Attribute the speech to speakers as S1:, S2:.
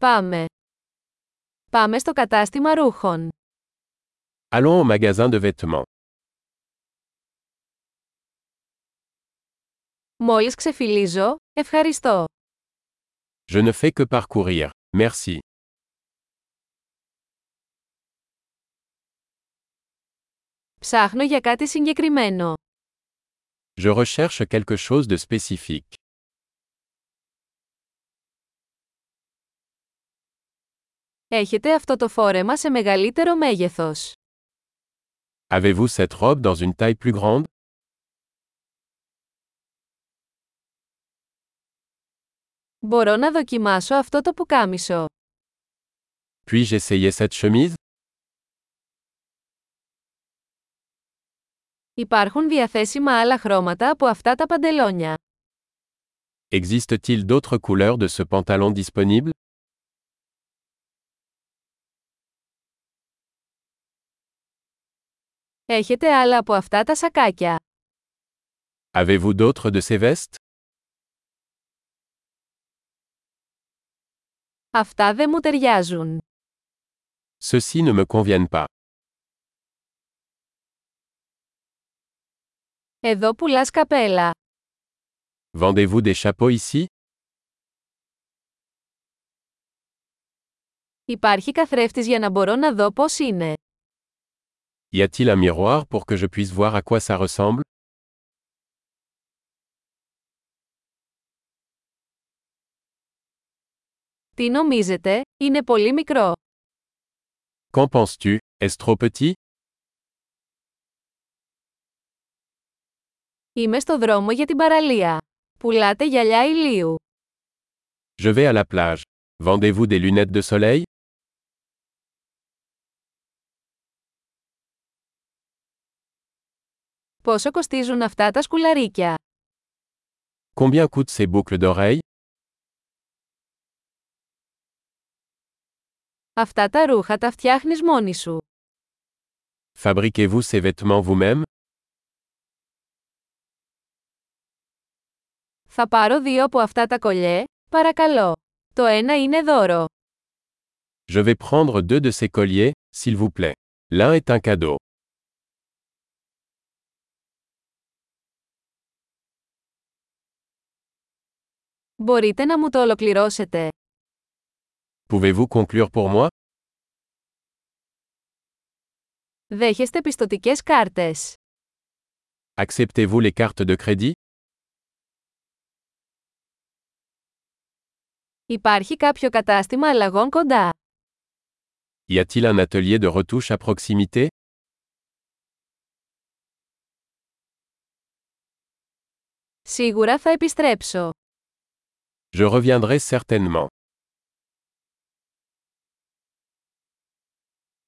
S1: Πάμε. Πάμε στο κατάστημα ρούχων.
S2: Allons au magasin de vêtements.
S1: Μόλις ξεφυλίζω, ευχαριστώ.
S2: Je ne fais que parcourir. Merci.
S1: Ψάχνω για κάτι συγκεκριμένο.
S2: Je recherche quelque chose de spécifique.
S1: Έχετε αυτό το φόρεμα σε μεγαλύτερο μέγεθος.
S2: Avez-vous cette robe dans une taille plus grande
S1: Μπορώ να δοκιμάσω αυτό το πουκάμισο.
S2: Puis-je essayer cette chemise
S1: Υπάρχουν διαθέσιμα άλλα χρώματα από αυτά τα παντελόνια.
S2: Existe-t-il d'autres couleurs de ce pantalon disponible
S1: Έχετε άλλα από αυτά τα σακάκια.
S2: Avez-vous d'autres de ces vestes
S1: Αυτά δεν μου ταιριάζουν.
S2: Ceux-ci ne me conviennent pas.
S1: Εδώ πουλάς καπέλα.
S2: Vendez-vous des chapeaux ici
S1: Υπάρχει καθρέφτης για να μπορώ να δω πώς είναι.
S2: Y a-t-il un miroir pour que je puisse voir à quoi ça ressemble
S1: Τι νομίζετε, είναι πολύ μικρό.
S2: Qu'en penses-tu Est-ce trop petit
S1: Είμαι στο δρόμο για την παραλία. Πουλάτε γυαλιά ηλίου.
S2: Je vais à la plage. Vendez-vous des lunettes de soleil
S1: Πόσο κοστίζουν αυτά τα σκουλαρίκια.
S2: Combien coûtent ces boucles d'oreilles
S1: Αυτά τα ρούχα τα φτιάχνεις μόνη σου.
S2: Fabriquez-vous ces vêtements vous-même
S1: Θα πάρω δύο από αυτά τα κολλιέ, παρακαλώ. Το ένα είναι δώρο.
S2: Je vais prendre deux de ces colliers, s'il vous plaît. L'un est un cadeau.
S1: Μπορείτε να μου το ολοκληρώσετε.
S2: Pouvez-vous conclure pour moi
S1: Δέχεστε πιστοτικές κάρτες.
S2: Acceptez-vous les cartes de crédit
S1: Υπάρχει κάποιο κατάστημα αλλαγών κοντά.
S2: Y a-t-il un atelier de retouche à proximité
S1: Σίγουρα θα επιστρέψω.
S2: Je reviendrai certainement.